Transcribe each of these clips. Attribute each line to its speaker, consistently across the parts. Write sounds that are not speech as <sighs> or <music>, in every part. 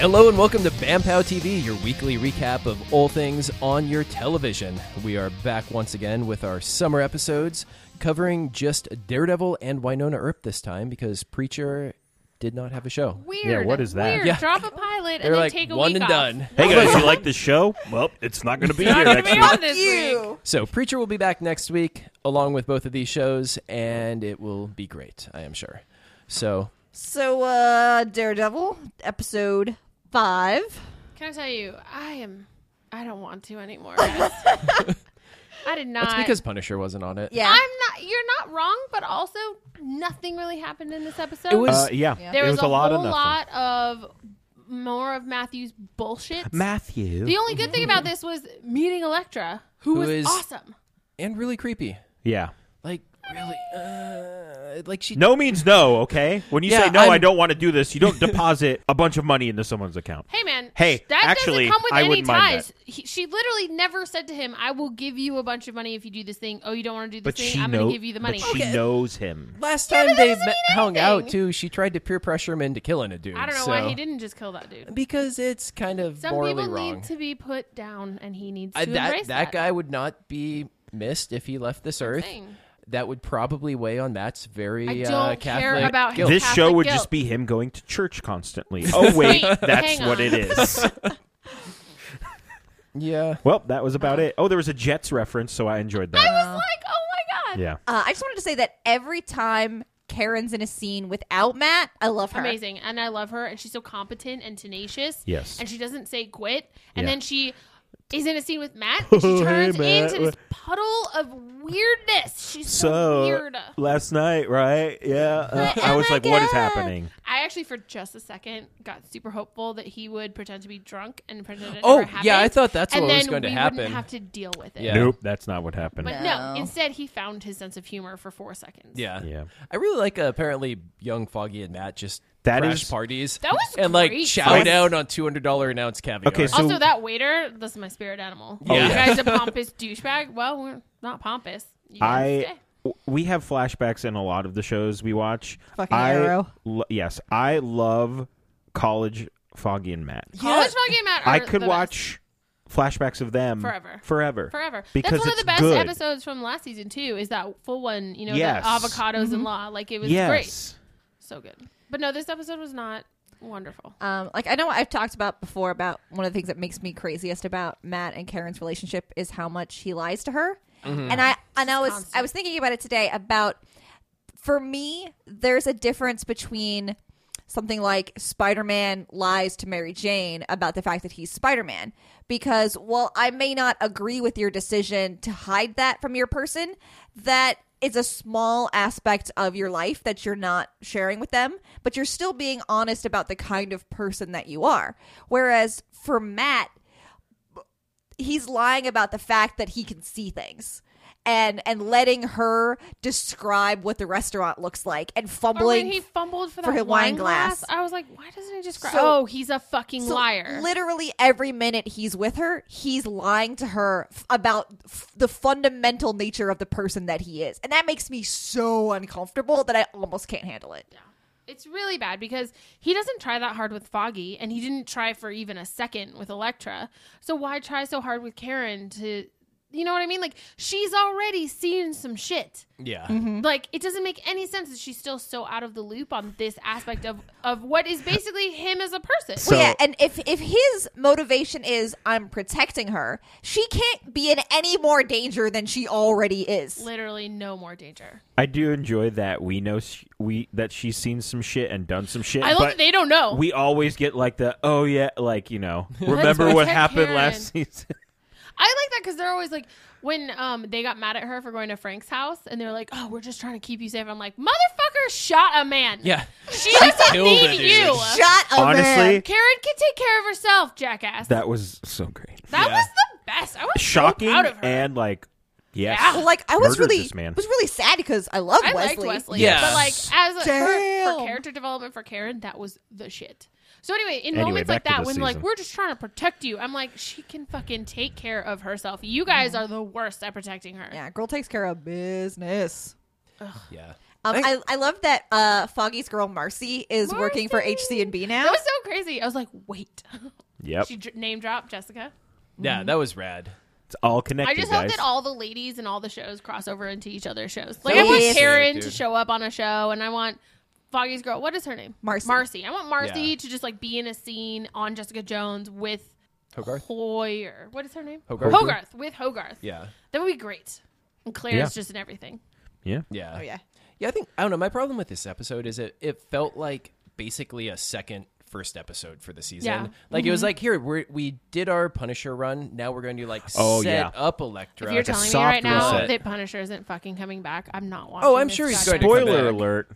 Speaker 1: Hello and welcome to BamPow TV, your weekly recap of all things on your television. We are back once again with our summer episodes covering just Daredevil and Winona Earp this time because Preacher did not have a show.
Speaker 2: Weird.
Speaker 3: what is that?
Speaker 2: Weird.
Speaker 1: Yeah.
Speaker 2: Drop a pilot
Speaker 1: They're
Speaker 2: and
Speaker 1: like
Speaker 2: then take a
Speaker 1: one
Speaker 2: week
Speaker 1: and
Speaker 2: off. <laughs>
Speaker 1: done.
Speaker 3: Hey guys, you like this show? Well, it's not going to be here
Speaker 2: Not gonna
Speaker 3: next
Speaker 2: be
Speaker 3: week.
Speaker 2: on this week.
Speaker 1: So Preacher will be back next week along with both of these shows and it will be great, I am sure. So,
Speaker 4: So, uh, Daredevil, episode five.
Speaker 2: Can I tell you, I am. I don't want to anymore. guys. I did not.
Speaker 1: that's because Punisher wasn't on it.
Speaker 4: Yeah.
Speaker 2: I'm not. You're not wrong, but also nothing really happened in this episode.
Speaker 1: It was-
Speaker 3: Uh, yeah,
Speaker 2: there
Speaker 3: it
Speaker 2: was,
Speaker 3: was, a lot
Speaker 2: whole
Speaker 3: of nothing.
Speaker 2: lot of more of Matthew's bullshit.
Speaker 3: Matthew.
Speaker 2: the only good thing about this was meeting Electra, who,
Speaker 1: Who
Speaker 2: was
Speaker 1: is-
Speaker 2: awesome.
Speaker 1: And really creepy.
Speaker 3: yeah.
Speaker 1: Like really uh, like she
Speaker 3: No means no, okay? When you
Speaker 1: Yeah,
Speaker 3: say no,
Speaker 1: I'm-
Speaker 3: I'm... I do not want to do this, you don't deposit a bunch of money into someone's account.
Speaker 2: Hey man.
Speaker 3: Hey,
Speaker 2: that
Speaker 3: actually,
Speaker 2: doesn't come with
Speaker 3: I
Speaker 2: any
Speaker 3: wouldn't mind
Speaker 2: ties. He, she literally never said to him, "I will give you a bunch of money if you do this thing." Oh, you don't want to do this
Speaker 3: But
Speaker 2: thing?
Speaker 3: she
Speaker 2: I'm
Speaker 3: know-
Speaker 2: going to give you the money.
Speaker 3: But she knows him.
Speaker 1: Last time they met, hung out too, she tried to peer pressure him into killing a dude.
Speaker 2: I don't know
Speaker 1: so-
Speaker 2: why he didn't just kill that dude.
Speaker 1: Because it's kind of
Speaker 2: Some
Speaker 1: morally
Speaker 2: people
Speaker 1: wrong.
Speaker 2: need to be put down, and he needs to
Speaker 1: I- that,
Speaker 2: embrace
Speaker 1: that
Speaker 2: that.
Speaker 1: guy would not be missed if he left this earth.
Speaker 2: saying.
Speaker 1: That would probably weigh on Matt's very
Speaker 2: I
Speaker 1: uh,
Speaker 2: don't care
Speaker 1: Catholic
Speaker 2: about his
Speaker 1: guilt.
Speaker 3: This
Speaker 2: Catholic
Speaker 3: show would
Speaker 2: guilt.
Speaker 3: just be him going to
Speaker 2: <laughs>
Speaker 3: church constantly. Oh, wait,
Speaker 2: Wait,
Speaker 3: that's
Speaker 2: hang
Speaker 3: what
Speaker 2: on.
Speaker 3: it is.
Speaker 2: <laughs>
Speaker 1: Yeah,
Speaker 3: Well, that was about it. Oh, there was a Jets reference, so I enjoyed that.
Speaker 2: I was like, oh my god,
Speaker 3: Yeah.
Speaker 4: Uh, I just wanted to say that every time Karen's in a scene without Matt, I love her.
Speaker 2: amazing, and I love her, and she's so competent and tenacious.
Speaker 3: Yes.
Speaker 2: and she doesn't say quit, and
Speaker 3: Yeah.
Speaker 2: then she is in a scene with Matt,
Speaker 3: <laughs>
Speaker 2: and she
Speaker 3: Hey,
Speaker 2: turns
Speaker 3: Matt.
Speaker 2: into this puddle of weirdness. She's so, weird.
Speaker 3: last night, right? Yeah. uh,
Speaker 4: Oh
Speaker 3: I was
Speaker 4: my
Speaker 3: like, what is
Speaker 4: God.
Speaker 3: happening?
Speaker 2: I actually, for just a second, got super hopeful that he would pretend to be drunk and pretend it
Speaker 1: Oh,
Speaker 2: never happened.
Speaker 1: yeah, I thought that's
Speaker 2: and
Speaker 1: what was
Speaker 2: then
Speaker 1: going to
Speaker 2: we
Speaker 1: happen.
Speaker 2: Wouldn't have to deal with it.
Speaker 1: Yeah.
Speaker 3: Nope, that's not what happened.
Speaker 2: But
Speaker 4: No.
Speaker 2: no. instead he found his sense of humor for four seconds.
Speaker 1: yeah,
Speaker 3: Yeah.
Speaker 1: I really like. Uh, apparently, young Foggy and Matt just
Speaker 3: That
Speaker 1: crash
Speaker 3: is-
Speaker 1: parties.
Speaker 2: That was
Speaker 1: and like
Speaker 2: great.
Speaker 1: chow
Speaker 3: I-
Speaker 1: down on two hundred dollar an ounce caviar.
Speaker 3: Okay, so-
Speaker 2: Also, that waiter, that's my spirit animal.
Speaker 1: Oh,
Speaker 2: You
Speaker 1: yeah. <laughs>
Speaker 2: guy's a pompous douchebag. Well, we're not pompous. You guys
Speaker 3: I
Speaker 2: stay.
Speaker 3: w- we have flashbacks in a lot of the shows we watch.
Speaker 4: Fucking
Speaker 3: I,
Speaker 4: Arrow.
Speaker 3: lo- yes, I love college Foggy and Matt.
Speaker 2: College fucking Matt are
Speaker 3: I could
Speaker 2: the
Speaker 3: watch flashbacks of them
Speaker 2: Forever.
Speaker 3: forever,
Speaker 2: best. forever.
Speaker 3: Because
Speaker 2: that's one of
Speaker 3: it's
Speaker 2: the best
Speaker 3: good.
Speaker 2: episodes from last season too. Is that full one? You know,
Speaker 3: Yes.
Speaker 2: the avocados in law. Like it was
Speaker 3: yes,
Speaker 2: great, so good. But no, this episode was not wonderful.
Speaker 4: Um, like I know I've talked about before about one of the things that makes me craziest about Matt and Karen's relationship is how much he lies to her. And I and I was I was thinking about it today about for me there's a difference between something like Spider-Man lies to Mary Jane about the fact that he's Spider-Man because while I may not agree with your decision to hide that from your person that is a small aspect of your life that you're not sharing with them but you're still being honest about the kind of person that you are whereas for Matt he's lying about the fact that he can see things and and letting her describe what the restaurant looks like and
Speaker 2: Or when
Speaker 4: fumbling
Speaker 2: he fumbled for,
Speaker 4: for
Speaker 2: that
Speaker 4: his
Speaker 2: wine
Speaker 4: wine glass.
Speaker 2: I was like, why doesn't he just? Cry?
Speaker 4: So-
Speaker 2: oh, he's a fucking
Speaker 4: So
Speaker 2: liar.
Speaker 4: Literally every minute he's with her, he's lying to her f- about f- the fundamental nature of the person that he is. And that makes me so uncomfortable that I almost can't handle it.
Speaker 2: It's really bad because he doesn't try that hard with Foggy, and he didn't try for even a second with Electra. So why try so hard with Karen to, you know what I mean? Like she's already seen some shit.
Speaker 1: yeah,
Speaker 2: Like it doesn't make any sense that she's still so out of the loop on this aspect of of what is basically him as a person.
Speaker 3: So-
Speaker 4: well, yeah, and if if his motivation is I'm protecting her, she can't be in any more danger than she already is.
Speaker 2: Literally, no more danger.
Speaker 3: I do enjoy that. We know sh- we that she's seen some shit and done some shit.
Speaker 2: I love
Speaker 3: but
Speaker 2: that they don't know.
Speaker 3: We always get like the oh yeah, like
Speaker 2: <laughs>
Speaker 3: you know, remember
Speaker 2: Let's
Speaker 3: what
Speaker 2: protect
Speaker 3: happened
Speaker 2: Karen.
Speaker 3: last season.
Speaker 2: I like that because they're always like, when um they got mad at her for going to Frank's house, and they're like, "Oh, we're just trying to keep you safe." I'm like, "Motherfucker, shot a man.
Speaker 1: yeah.
Speaker 2: she doesn't
Speaker 1: killed a
Speaker 2: need
Speaker 1: dude.
Speaker 2: you.
Speaker 4: Shut
Speaker 3: <laughs>
Speaker 4: up.
Speaker 3: Honestly,
Speaker 2: Karen can take care of herself, jackass. That,
Speaker 3: that was so great,
Speaker 1: Yeah.
Speaker 2: was the best. I was
Speaker 3: shocking,
Speaker 2: so proud of her.
Speaker 3: and like yes,
Speaker 2: Yeah.
Speaker 4: Well, like I was
Speaker 3: Murdered
Speaker 4: really
Speaker 3: this man.
Speaker 4: was really sad because I love
Speaker 2: I
Speaker 4: Wesley.
Speaker 2: liked Wesley,
Speaker 1: Yes.
Speaker 2: but like as a, for, for
Speaker 4: Damn.
Speaker 2: character development for Karen, that was the shit. So anyway, in
Speaker 3: Anyway,
Speaker 2: moments
Speaker 3: back
Speaker 2: like
Speaker 3: to
Speaker 2: that,
Speaker 3: this
Speaker 2: when like
Speaker 3: season.
Speaker 2: we're just trying to protect you, I'm like, she can fucking take care of herself. You guys are the worst at protecting her.
Speaker 4: Yeah, girl takes care of business.
Speaker 1: yeah.
Speaker 4: Um, I, I love that uh, Foggy's girl Marcy is working for
Speaker 2: Marcy!
Speaker 4: HC and B now.
Speaker 2: That was so crazy. I was like, wait. <laughs>
Speaker 3: Yep.
Speaker 2: she dr- name dropped Jessica.
Speaker 1: Yeah,
Speaker 2: Mm-hmm.
Speaker 1: that was rad.
Speaker 3: It's all connected,
Speaker 2: I just hope
Speaker 3: guys.
Speaker 2: that all the ladies in all the shows cross over into each other's shows. Like I
Speaker 4: Yes.
Speaker 2: want Karen
Speaker 1: Dude.
Speaker 2: to show up on a show, and I want Foggy's girl. What is her name?
Speaker 4: Marcy.
Speaker 2: Marcy. I want Marcy
Speaker 1: Yeah.
Speaker 2: to just like be in a scene on Jessica Jones with
Speaker 1: Hogarth?
Speaker 2: Hoyer. What is her name?
Speaker 1: Hogarth.
Speaker 2: Hogarth with Hogarth.
Speaker 1: Yeah.
Speaker 2: that would be great. And Claire's
Speaker 3: Yeah.
Speaker 2: just in everything.
Speaker 3: yeah.
Speaker 1: Yeah.
Speaker 4: oh yeah.
Speaker 1: Yeah, I think I don't know. My problem with this episode is it it felt like basically a second first episode for the season.
Speaker 2: Yeah. Mm-hmm.
Speaker 1: Like it was like here we we did our Punisher run. Now we're going to like
Speaker 3: Oh,
Speaker 1: set
Speaker 3: yeah.
Speaker 1: up Elektra.
Speaker 2: If you're
Speaker 3: a
Speaker 2: telling me
Speaker 3: soft
Speaker 2: right now
Speaker 1: reset.
Speaker 2: that Punisher isn't fucking coming back, I'm not watching.
Speaker 1: Oh, I'm
Speaker 2: this
Speaker 1: sure he's
Speaker 2: goddamn
Speaker 1: going to come
Speaker 3: Spoiler
Speaker 1: back.
Speaker 3: alert.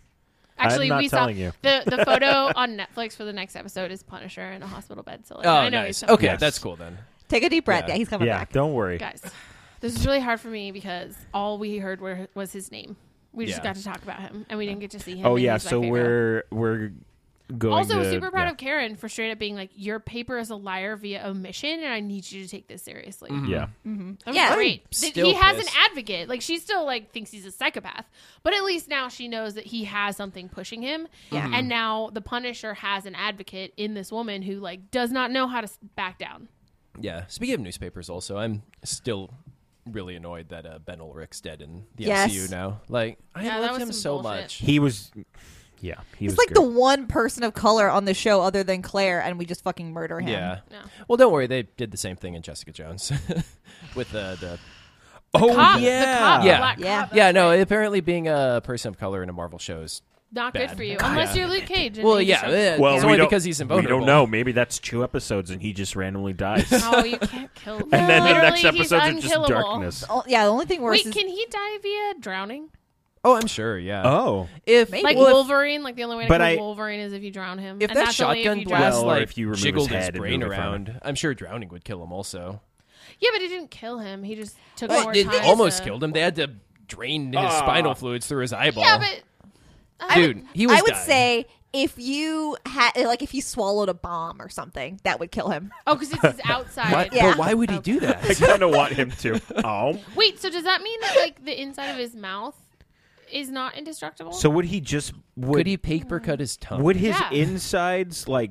Speaker 2: Actually,
Speaker 3: I'm not
Speaker 2: we saw
Speaker 3: telling you.
Speaker 2: the the photo on Netflix for the next episode is Punisher in a hospital bed. So like,
Speaker 1: oh,
Speaker 2: I know he's
Speaker 1: nice.
Speaker 2: coming
Speaker 1: Okay,
Speaker 3: Yes.
Speaker 1: that's cool then.
Speaker 4: Take a deep breath.
Speaker 1: Yeah.
Speaker 4: Yeah, he's coming
Speaker 3: Yeah,
Speaker 4: back.
Speaker 3: don't worry.
Speaker 2: back. guys. This is really hard for me because all we heard were, was his name. We just
Speaker 1: Yeah.
Speaker 2: got to talk about him, and we didn't get to see him.
Speaker 3: Oh
Speaker 2: and
Speaker 3: yeah,
Speaker 2: he's my
Speaker 3: so
Speaker 2: favorite.
Speaker 3: we're we're going.
Speaker 2: also
Speaker 3: to,
Speaker 2: super proud
Speaker 3: yeah.
Speaker 2: of Karen for straight up being like, "Your paper is a liar via omission, and I need you to take this seriously."
Speaker 3: Yeah,
Speaker 2: That was
Speaker 4: Yeah.
Speaker 2: great.
Speaker 1: I'm
Speaker 2: Th-
Speaker 1: still
Speaker 2: he has
Speaker 1: pissed.
Speaker 2: an advocate. Like she still like thinks he's a psychopath, but at least now she knows that he has something pushing him.
Speaker 4: Yeah.
Speaker 2: And now the Punisher has an advocate in this woman who like does not know how to s- back down.
Speaker 1: Yeah. Speaking of newspapers, also, I'm still really annoyed that uh, Ben Ulrich's dead in the
Speaker 4: Yes.
Speaker 1: MCU now. Like I
Speaker 2: Yeah, that
Speaker 1: love
Speaker 2: was
Speaker 1: him
Speaker 2: some
Speaker 1: so
Speaker 2: bullshit.
Speaker 1: much.
Speaker 3: he was. Yeah, he
Speaker 4: He's
Speaker 3: was great.
Speaker 4: like the one person of color on the show other than Claire, and we just fucking murder him.
Speaker 1: Yeah.
Speaker 2: No.
Speaker 1: Well, don't worry. They did the same thing in Jessica Jones <laughs> with uh, the
Speaker 3: oh
Speaker 2: Cop,
Speaker 3: yeah,
Speaker 2: The cop, the
Speaker 1: Yeah.
Speaker 2: black
Speaker 4: Yeah.
Speaker 2: cop, that's
Speaker 1: yeah. No, apparently being a person of color in a Marvel show is
Speaker 2: not
Speaker 1: Bad.
Speaker 2: good for you
Speaker 1: God
Speaker 2: unless
Speaker 1: damn
Speaker 2: you're Luke Cage. and
Speaker 1: Well,
Speaker 2: he
Speaker 1: yeah.
Speaker 2: just shows-
Speaker 1: uh,
Speaker 3: Well,
Speaker 1: it's
Speaker 3: we
Speaker 1: only
Speaker 3: don't,
Speaker 1: because he's
Speaker 3: we
Speaker 1: invulnerable.
Speaker 3: don't know. Maybe that's two episodes, and he just randomly dies.
Speaker 2: <laughs> <laughs>
Speaker 3: <laughs>
Speaker 2: Oh, you can't kill. and
Speaker 3: and then the next episodes are just darkness.
Speaker 4: Oh, yeah. The only thing worse
Speaker 2: Wait,
Speaker 4: is
Speaker 2: can he die via drowning?
Speaker 1: Oh, I'm sure. Yeah.
Speaker 3: Oh,
Speaker 1: if
Speaker 2: Like
Speaker 1: well, if-
Speaker 2: Wolverine, like the only way to
Speaker 3: But
Speaker 2: kill
Speaker 3: I-
Speaker 2: Wolverine is if you drown him.
Speaker 1: if,
Speaker 2: and
Speaker 1: that
Speaker 2: that's only if
Speaker 1: shotgun
Speaker 2: you drown
Speaker 1: blast
Speaker 3: Well, or
Speaker 1: like
Speaker 3: if you remove his
Speaker 1: jiggled his,
Speaker 3: head and
Speaker 1: brain
Speaker 3: move it from
Speaker 1: around, I'm sure drowning would kill him also.
Speaker 2: Yeah, but it didn't kill him. He just took
Speaker 1: Well,
Speaker 2: more
Speaker 1: they,
Speaker 2: time.
Speaker 1: they almost
Speaker 2: to-
Speaker 1: killed him. They had to drain his
Speaker 3: Ah.
Speaker 1: spinal fluids through his eyeball.
Speaker 2: <laughs> Yeah, but
Speaker 1: dude, he was.
Speaker 4: I would
Speaker 1: dying.
Speaker 4: say if you had like if you swallowed a bomb or something, that would kill him.
Speaker 2: oh,
Speaker 1: <laughs>
Speaker 2: because it's his outside.
Speaker 1: Why-
Speaker 4: Yeah.
Speaker 1: But why would he do
Speaker 3: I <laughs>
Speaker 1: that?
Speaker 3: kind of want him to. <laughs> Oh,
Speaker 2: Wait, so does that mean that like the inside of his mouth is not indestructible?
Speaker 3: so would he just would
Speaker 1: Could he paper cut his tongue?
Speaker 3: would his
Speaker 2: Yeah.
Speaker 3: insides like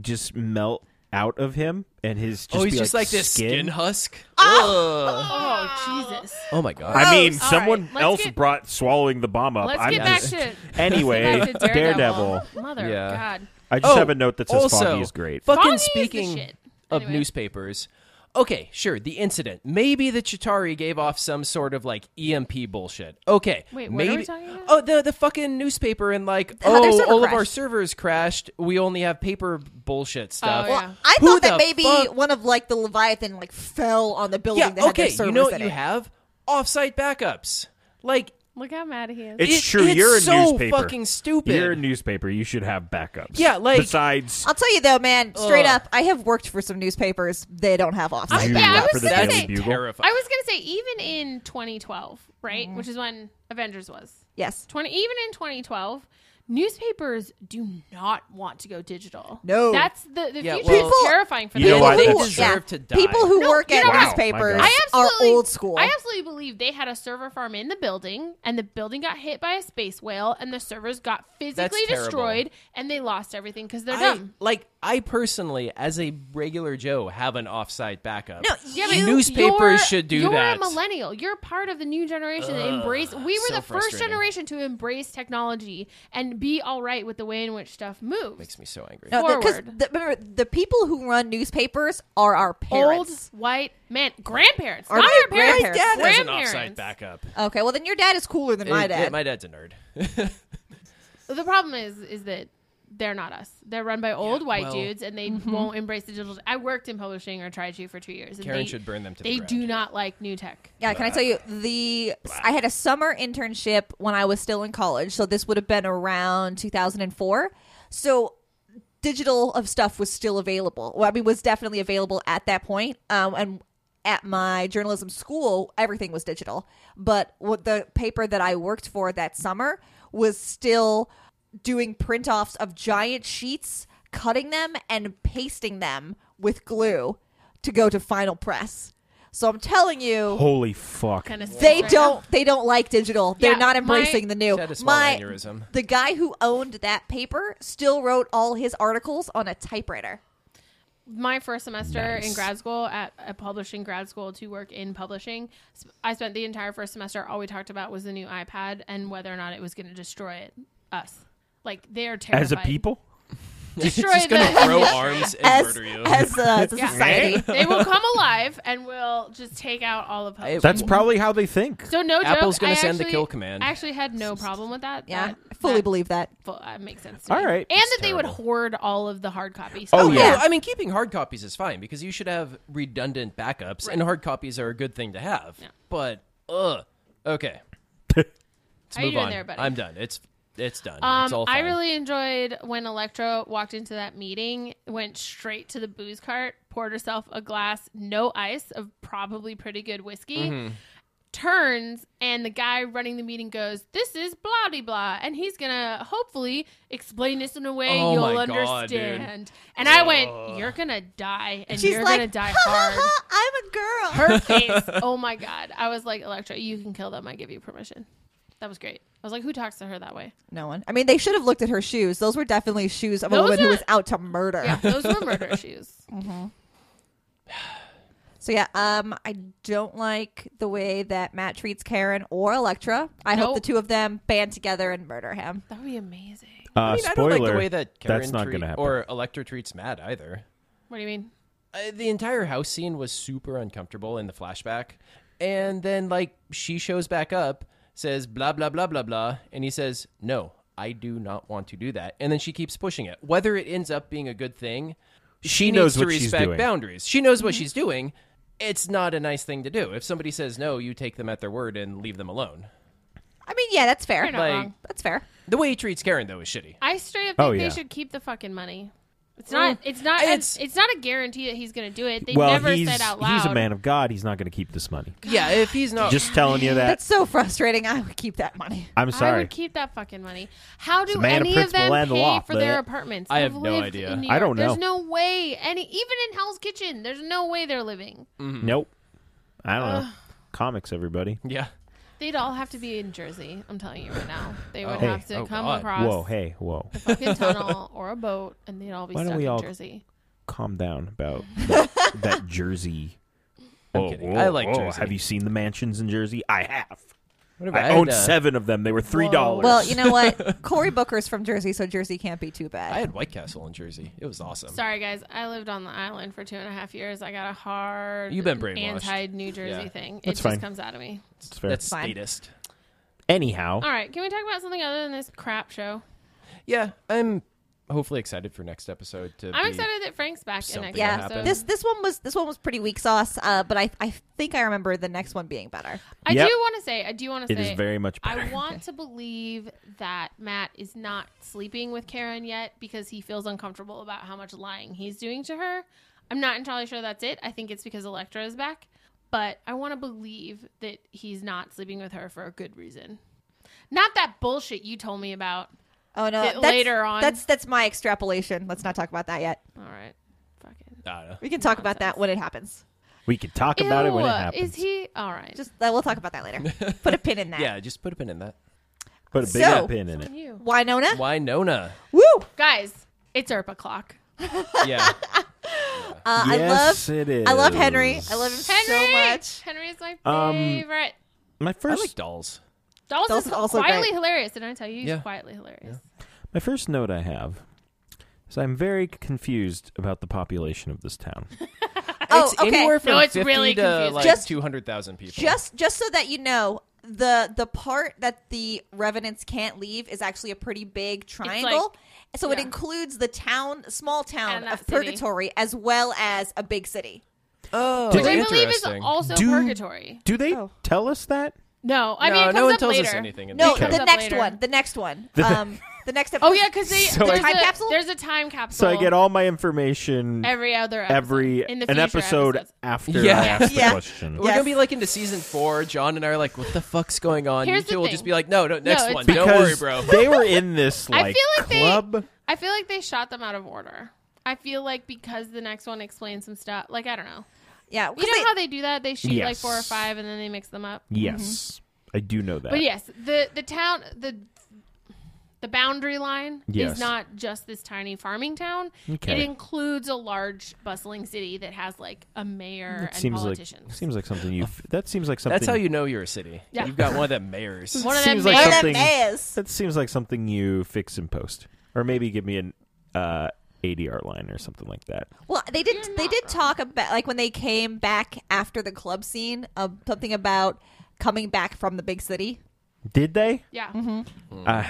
Speaker 3: just melt out of him and his just
Speaker 1: oh, he's
Speaker 3: be,
Speaker 1: just like, this skin, husk. Ugh.
Speaker 2: oh Jesus!
Speaker 1: Oh my god.
Speaker 3: I mean,
Speaker 2: All
Speaker 3: someone
Speaker 2: right, let's
Speaker 3: else
Speaker 2: get-
Speaker 3: brought swallowing the bomb up.
Speaker 2: Let's
Speaker 3: I'm
Speaker 2: get back
Speaker 3: just,
Speaker 2: to let's
Speaker 3: <laughs> anyway.
Speaker 2: get back to Daredevil. Mother
Speaker 1: Yeah.
Speaker 2: of God.
Speaker 3: I just
Speaker 1: Oh,
Speaker 3: have a note that says
Speaker 1: also,
Speaker 3: Foggy is great.
Speaker 1: Fucking
Speaker 2: Foggy is the
Speaker 1: speaking
Speaker 2: shit.
Speaker 1: of
Speaker 2: Anyway.
Speaker 1: newspapers. Okay, sure, the incident. Maybe the Chitari gave off some sort of like EMP bullshit. Okay.
Speaker 2: Wait, what are
Speaker 1: maybe
Speaker 2: we talking about?
Speaker 1: Oh, the the fucking newspaper and like,
Speaker 4: How their
Speaker 1: oh,
Speaker 4: server
Speaker 1: all of
Speaker 4: crashed.
Speaker 1: our servers crashed. We only have paper bullshit stuff.
Speaker 2: Oh, yeah.
Speaker 4: Well, I
Speaker 1: Who
Speaker 4: thought
Speaker 1: the
Speaker 4: that maybe
Speaker 1: fuck-
Speaker 4: one of like the Leviathan like fell on the building
Speaker 1: Yeah,
Speaker 4: that had
Speaker 1: okay.
Speaker 4: their servers
Speaker 1: You know what
Speaker 4: in
Speaker 1: you
Speaker 4: it.
Speaker 1: have? Offsite backups. Like
Speaker 2: Look how mad he is.
Speaker 3: It's
Speaker 1: it-
Speaker 3: true.
Speaker 1: it's
Speaker 3: you're a
Speaker 1: so
Speaker 3: newspaper.
Speaker 1: fucking stupid.
Speaker 3: You're a newspaper. You should have backups.
Speaker 1: Yeah, like-
Speaker 3: besides,
Speaker 4: I'll tell you though, man, straight
Speaker 1: Ugh.
Speaker 4: up, I have worked for some newspapers. They don't have offsite.
Speaker 2: I-
Speaker 3: you
Speaker 2: yeah, I was
Speaker 3: work for the
Speaker 2: gonna
Speaker 3: Daily
Speaker 2: say-
Speaker 3: Bugle.
Speaker 1: terrifying.
Speaker 2: I was gonna say even in 2012, right, which is when Avengers was
Speaker 4: Yes.
Speaker 2: 20 even in 2012. Newspapers do not want to go digital.
Speaker 4: No.
Speaker 2: that's the, the
Speaker 1: Yeah,
Speaker 2: future
Speaker 1: well-
Speaker 2: is terrifying for
Speaker 3: You know
Speaker 2: them.
Speaker 4: People
Speaker 3: what?
Speaker 4: who-
Speaker 3: They
Speaker 1: deserve to die.
Speaker 4: People who
Speaker 2: No,
Speaker 4: work
Speaker 2: you
Speaker 4: at
Speaker 2: know what?
Speaker 4: newspapers
Speaker 3: Wow, my
Speaker 4: are old school.
Speaker 2: I absolutely believe they had a server farm in the building, and the building got hit by a space whale, and the servers got physically
Speaker 1: terrible.
Speaker 2: destroyed, and they lost everything because they're
Speaker 1: I,
Speaker 2: dumb.
Speaker 1: like I personally, as a regular Joe, have an offside backup.
Speaker 4: No, Yeah, but you-
Speaker 2: you're-
Speaker 1: newspapers should do
Speaker 2: you're
Speaker 1: that.
Speaker 2: a millennial. You're part of the new generation that embrace. We were
Speaker 1: so
Speaker 2: the first
Speaker 1: frustrating.
Speaker 2: generation to embrace technology and be all right with the way in which stuff moves.
Speaker 1: Makes me so angry.
Speaker 4: No, because
Speaker 2: forward.
Speaker 4: the, remember, the people who run newspapers are our
Speaker 2: Old
Speaker 4: parents.
Speaker 2: white man, grandparents,
Speaker 4: Our
Speaker 2: not our parents.
Speaker 4: grandparents. My dad
Speaker 1: That's an
Speaker 2: grandparents.
Speaker 1: offside backup.
Speaker 4: Okay, well then your dad is cooler than my
Speaker 1: It-
Speaker 4: dad.
Speaker 1: it- my dad's a nerd. <laughs>
Speaker 2: The problem is, is that they're not us. They're run by old white
Speaker 1: well- mm-hmm.
Speaker 2: dudes, and they won't embrace the digital. I worked in publishing or tried to for two years. And
Speaker 1: Karen
Speaker 2: they,
Speaker 1: should burn them to the
Speaker 2: They
Speaker 1: ground.
Speaker 2: do not like new tech.
Speaker 4: Yeah, can I tell you the I had a summer internship when I was still in college, so this would have been around 2004. So digital of stuff was still available. Well, I mean, was definitely available at that point. Um, and at my journalism school, everything was digital. But what the paper that I worked for that summer was still doing print offs of giant sheets, cutting them and pasting them with glue to go to final press. So I'm telling you,
Speaker 3: Holy fuck.
Speaker 2: kind of
Speaker 4: they don't they don't like digital. They're
Speaker 2: Yeah,
Speaker 4: not
Speaker 2: my-
Speaker 4: embracing the new.
Speaker 1: She had a small aneurysm.
Speaker 4: the guy who owned that paper still wrote all his articles on a typewriter.
Speaker 2: my first semester in
Speaker 3: Nice.
Speaker 2: grad school at a publishing grad school to work in publishing sp- i spent the entire first semester all we talked about was the new ipad and whether or not it was going to destroy it, us like they're terrified
Speaker 3: As a people?
Speaker 1: It's
Speaker 2: <laughs> Destroy
Speaker 1: just gonna
Speaker 3: <laughs>
Speaker 2: the-
Speaker 1: grow arms and
Speaker 4: As,
Speaker 1: murder you. <laughs>
Speaker 4: as, uh, as a
Speaker 2: Yeah.
Speaker 4: society.
Speaker 2: they will come alive and will just take out all of publishing
Speaker 3: That's probably how they think.
Speaker 2: so no
Speaker 1: Apple's
Speaker 2: joke,
Speaker 1: gonna
Speaker 2: I
Speaker 1: send the
Speaker 2: actually-
Speaker 1: kill command.
Speaker 2: I actually had no problem with that.
Speaker 4: Yeah,
Speaker 2: that,
Speaker 4: I fully
Speaker 2: that
Speaker 4: believe that.
Speaker 2: full, uh, makes sense. To me.
Speaker 3: All right.
Speaker 2: and
Speaker 3: It's
Speaker 2: that they would
Speaker 3: terrible.
Speaker 2: hoard all of the hard copies.
Speaker 3: Oh,
Speaker 1: Oh,
Speaker 4: yeah.
Speaker 1: I mean, keeping hard copies is fine because you should have redundant backups, and hard copies are a good thing to have. But ugh, okay, let's
Speaker 2: How you
Speaker 1: move
Speaker 2: doing
Speaker 1: on.
Speaker 2: there, buddy?
Speaker 1: I'm done. It's it's done. it's all
Speaker 2: Um,
Speaker 1: fine.
Speaker 2: I
Speaker 3: Uh,
Speaker 2: really enjoyed when Electra walked into that meeting, went straight to the booze cart, poured herself a glass, no ice, of probably pretty good whiskey.
Speaker 1: Mm-hmm.
Speaker 2: Turns and the guy running the meeting goes, "This is blah blah blah," and he's gonna hopefully explain this in a way
Speaker 1: Oh
Speaker 2: you'll
Speaker 1: my God,
Speaker 2: understand. and I went, "You're gonna die, and
Speaker 4: She's
Speaker 2: you're
Speaker 4: like,
Speaker 2: gonna die
Speaker 4: <laughs> ha,
Speaker 2: hard."
Speaker 4: ha, ha, I'm a girl. <laughs>
Speaker 2: Her face,
Speaker 1: <laughs>
Speaker 2: oh my God! I was like, "Electra, you can kill them. I give you permission." That was great. I was like, "Who talks to her that way?"
Speaker 4: No one. I mean, they should have looked at her shoes. Those were definitely shoes of a
Speaker 2: Those
Speaker 4: woman who
Speaker 2: are-
Speaker 4: was out to murder.
Speaker 2: Yeah, those were murder shoes.
Speaker 4: So yeah, um, I don't like the way that Matt treats Karen or Electra. I hope
Speaker 2: Nope.
Speaker 4: the two of them band together and murder him.
Speaker 2: That would be amazing.
Speaker 3: Uh,
Speaker 1: I mean, I don't
Speaker 3: spoiler.
Speaker 1: like the way that Karen
Speaker 3: that's not
Speaker 1: treat-
Speaker 3: going to happen.
Speaker 1: or Electra treats Matt either.
Speaker 2: What do you mean?
Speaker 1: Uh, the entire house scene was super uncomfortable in the flashback, and then like she shows back up, says blah blah blah blah blah, and he says no. I do not want to do that. And then she keeps pushing it. Whether it ends up being a good thing,
Speaker 3: she
Speaker 1: needs
Speaker 3: knows
Speaker 1: to
Speaker 3: what
Speaker 1: respect
Speaker 3: she's doing. Mm-hmm.
Speaker 1: boundaries. She knows what she's doing. It's not a nice thing to do. If somebody says no, you take them at their word and leave them alone.
Speaker 4: I mean, yeah, that's fair.
Speaker 2: You're not
Speaker 1: Like-
Speaker 2: wrong.
Speaker 4: That's fair.
Speaker 1: The way he treats Karen though is shitty.
Speaker 2: I straight up think
Speaker 3: Oh, yeah.
Speaker 2: they should keep the fucking money. It's not. It's not.
Speaker 1: It's-
Speaker 2: It's, it's not a guarantee that he's going to do it. They
Speaker 3: well,
Speaker 2: never
Speaker 3: he's,
Speaker 2: said out loud.
Speaker 3: he's a man of God. He's not going to keep this money.
Speaker 1: Yeah, if he's not
Speaker 3: Just telling you that.
Speaker 4: That's so frustrating. I would keep that
Speaker 1: <laughs>
Speaker 4: money.
Speaker 3: I'm
Speaker 2: I
Speaker 3: sorry.
Speaker 2: would keep that fucking money. How do
Speaker 3: a man of
Speaker 2: any of
Speaker 3: principle
Speaker 2: them
Speaker 3: and the
Speaker 2: pay
Speaker 3: law,
Speaker 2: for
Speaker 3: but-
Speaker 2: their apartments?
Speaker 1: I
Speaker 2: They've
Speaker 1: have no
Speaker 2: lived
Speaker 1: idea.
Speaker 2: in New
Speaker 3: I don't
Speaker 2: York. There's
Speaker 3: know.
Speaker 2: no way. Any even in Hell's Kitchen, there's no way they're living.
Speaker 3: Nope. I don't know. Comics, everybody.
Speaker 1: Yeah.
Speaker 2: They'd all have to be in Jersey. I'm telling you right now. They would
Speaker 1: Oh.
Speaker 2: have
Speaker 1: Hey.
Speaker 2: to
Speaker 1: Oh,
Speaker 2: come
Speaker 1: God.
Speaker 2: across
Speaker 3: Whoa, hey, whoa.
Speaker 2: a
Speaker 3: <laughs>
Speaker 2: fucking tunnel or a boat, and they'd all be
Speaker 3: Why don't
Speaker 2: stuck
Speaker 3: we
Speaker 2: in
Speaker 3: all-
Speaker 2: Jersey.
Speaker 3: Calm down about that, that Jersey.
Speaker 1: I'm kidding. I like Jersey.
Speaker 3: Have you seen the mansions in Jersey? I have.
Speaker 1: What if
Speaker 3: I,
Speaker 1: had,
Speaker 3: owned
Speaker 1: uh,
Speaker 3: seven of them. They were three
Speaker 2: Whoa.
Speaker 3: dollars.
Speaker 4: Well, you know
Speaker 1: <laughs>
Speaker 4: what? Cory Booker's from Jersey, so Jersey can't be too
Speaker 1: I
Speaker 4: bad.
Speaker 1: had White Castle in Jersey. It was awesome.
Speaker 2: Sorry, guys. I lived on the island for two and a half years. I got a hard
Speaker 1: You've been brainwashed.
Speaker 2: anti New Jersey
Speaker 1: Yeah.
Speaker 2: thing. it
Speaker 3: That's
Speaker 2: just
Speaker 3: fine.
Speaker 2: comes out of me.
Speaker 3: It's fair.
Speaker 1: That's
Speaker 4: Fine.
Speaker 1: statist.
Speaker 3: Anyhow,
Speaker 2: All right, can we talk about something other than this crap show?
Speaker 1: Yeah, I'm hopefully excited for next episode to
Speaker 2: I'm
Speaker 1: be-
Speaker 2: excited that Frank's back in
Speaker 1: something
Speaker 2: next
Speaker 1: will
Speaker 4: Yeah,
Speaker 1: happen.
Speaker 2: episode.
Speaker 4: this this one was this one was pretty weak sauce, uh, but I I think I remember the next one being better.
Speaker 2: I
Speaker 3: Yep.
Speaker 2: do want to say, I do want to
Speaker 3: it
Speaker 2: say,
Speaker 3: is very much better.
Speaker 2: I want to believe that Matt is not sleeping with Karen yet because he feels uncomfortable about how much lying he's doing to her. I'm not entirely sure that's it. I think it's because Electra is back, but I want to believe that he's not sleeping with her for a good reason. Not that bullshit you told me about.
Speaker 4: Oh no,
Speaker 2: Th-
Speaker 4: that's,
Speaker 2: later on.
Speaker 4: That's that's my extrapolation. Let's not talk about that yet.
Speaker 2: All right. Fucking.
Speaker 1: I don't know.
Speaker 4: We can talk about that when it happens.
Speaker 3: we could talk about it when it
Speaker 2: Ew,
Speaker 3: happens.
Speaker 2: Is he all right?
Speaker 4: Just uh, we'll talk
Speaker 1: <laughs>
Speaker 4: about that later. Put a pin in that.
Speaker 1: Yeah, just put a pin in that.
Speaker 3: Put a big
Speaker 4: So-
Speaker 3: pin in it.
Speaker 2: you
Speaker 4: Winona.
Speaker 1: Winona.
Speaker 4: Woo!
Speaker 2: guys, it's ERPA clock.
Speaker 1: Yeah. <laughs>
Speaker 4: Uh,
Speaker 3: yes,
Speaker 4: I love
Speaker 3: it is.
Speaker 4: I love Henry. I love him
Speaker 2: Henry,
Speaker 4: so much.
Speaker 2: Henry is my
Speaker 3: Um,
Speaker 2: favorite.
Speaker 3: My
Speaker 1: I
Speaker 3: first,
Speaker 1: like dolls.
Speaker 2: Dolls,
Speaker 4: Dolls
Speaker 2: is
Speaker 4: is also
Speaker 2: quietly
Speaker 4: great.
Speaker 2: hilarious. Did I tell you? He's
Speaker 1: Yeah.
Speaker 2: quietly hilarious.
Speaker 3: my first note I have is I'm very confused about the population of this town.
Speaker 4: Oh,
Speaker 1: it's
Speaker 4: okay.
Speaker 1: anywhere from
Speaker 2: No, it's
Speaker 1: 50
Speaker 2: really
Speaker 1: to
Speaker 2: confusing.
Speaker 1: like
Speaker 4: Just-
Speaker 1: 200,000 people.
Speaker 4: Just just so that you know, the the part that the revenants can't leave is actually a pretty big triangle. so it
Speaker 2: yeah.
Speaker 4: includes the town, small town
Speaker 2: And that
Speaker 4: of
Speaker 2: city.
Speaker 4: Purgatory, as well as a big city.
Speaker 1: oh,
Speaker 3: Did
Speaker 2: Which I believe is
Speaker 1: interesting.
Speaker 2: also
Speaker 3: Do-
Speaker 2: purgatory.
Speaker 3: Do they
Speaker 4: Oh.
Speaker 3: tell us that?
Speaker 2: No, I
Speaker 1: no,
Speaker 2: mean, it comes
Speaker 1: no one
Speaker 2: up
Speaker 1: tells
Speaker 2: later.
Speaker 1: us anything. In
Speaker 4: No,
Speaker 1: this
Speaker 2: It comes
Speaker 4: the
Speaker 1: show.
Speaker 2: up
Speaker 4: next
Speaker 2: later.
Speaker 4: one. The next one. Um, the next episode.
Speaker 2: Oh yeah, because they
Speaker 3: So
Speaker 2: there's,
Speaker 4: I- Time
Speaker 2: a,
Speaker 4: capsule?
Speaker 2: there's a time capsule.
Speaker 3: So I get all my information
Speaker 2: every other episode.
Speaker 3: every
Speaker 2: in the
Speaker 3: an
Speaker 2: future
Speaker 3: episode
Speaker 2: episodes.
Speaker 3: after
Speaker 1: Yeah.
Speaker 3: I ask
Speaker 4: Yeah.
Speaker 3: the question.
Speaker 1: We're gonna
Speaker 4: Yes.
Speaker 1: be like into season four. John and I are like, "What the fuck's going on?"
Speaker 2: Here's
Speaker 1: you
Speaker 2: the
Speaker 1: two will
Speaker 2: thing.
Speaker 1: just be like, "No, no, next
Speaker 2: it's
Speaker 1: one.
Speaker 2: fine.
Speaker 1: <laughs> Don't worry, bro."
Speaker 3: <laughs> they were in this
Speaker 2: I
Speaker 3: like,
Speaker 2: feel like they- Mm-hmm.
Speaker 3: club.
Speaker 2: I feel like they shot them out of order. I feel like because the next one explains some stuff. Like I don't know.
Speaker 4: Yeah, 'cause
Speaker 2: You know
Speaker 4: they-
Speaker 2: how they do that? They shoot like four or
Speaker 3: Yes.
Speaker 2: five and then they mix them up.
Speaker 3: Yes, I do know that.
Speaker 2: But yes, the the town the the boundary line
Speaker 3: Yes.
Speaker 2: is not just this tiny farming town. It
Speaker 3: Okay.
Speaker 2: includes a large bustling city that has like a mayor and
Speaker 3: It seems like
Speaker 2: politicians.
Speaker 3: seems like something you. That seems like something.
Speaker 1: That's how you know you're a city.
Speaker 2: Yeah.
Speaker 1: You've got one of them mayors.
Speaker 2: <laughs> One of them
Speaker 3: seems
Speaker 2: may- One
Speaker 3: like
Speaker 2: of
Speaker 3: something,
Speaker 4: them may is.
Speaker 3: That seems like something you fix and post, or maybe give me an uh, ADR line or something like that.
Speaker 4: Well, they did. They did talk about like when they came back after the club scene, uh, something about coming back from the big city.
Speaker 3: Did they?
Speaker 2: yeah.
Speaker 1: Mm.
Speaker 3: Uh,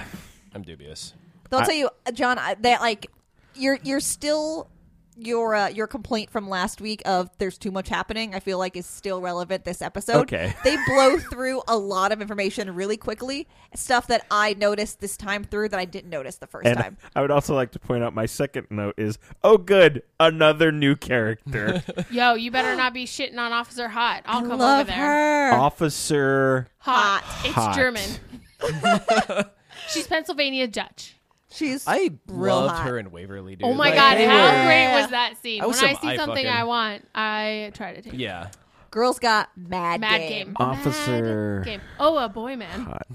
Speaker 1: I'm dubious.
Speaker 4: They'll tell you, uh, John, I- that like you're you're still your uh, your complaint from last week of there's too much happening. I feel like is still relevant this episode.
Speaker 3: Okay.
Speaker 4: they blow through a lot of information really quickly. Stuff that I noticed this time through that I didn't notice the first
Speaker 3: and
Speaker 4: time.
Speaker 3: I would also like to point out my second note is oh good another
Speaker 2: <laughs>
Speaker 3: new character
Speaker 2: Yo, you better not be shitting on Officer Hot. I'll come
Speaker 4: Love
Speaker 2: over there.
Speaker 4: her.
Speaker 3: officer
Speaker 2: Hot.
Speaker 4: Hot.
Speaker 2: It's
Speaker 3: Hot.
Speaker 2: German. She's Pennsylvania judge.
Speaker 4: She's
Speaker 1: I
Speaker 4: real
Speaker 1: loved
Speaker 4: hot.
Speaker 1: her in Waverly. Dude.
Speaker 2: Oh my
Speaker 1: Like,
Speaker 2: god,
Speaker 1: they
Speaker 2: how
Speaker 1: were-
Speaker 2: great was that scene?
Speaker 1: That was
Speaker 2: when I
Speaker 1: some
Speaker 2: see
Speaker 1: eye
Speaker 2: something
Speaker 1: fucking.
Speaker 2: I want, I try to take. it.
Speaker 1: Yeah,
Speaker 4: Girls got mad,
Speaker 2: Mad game.
Speaker 3: Officer.
Speaker 2: Mad game. Oh, a boy man.
Speaker 3: hot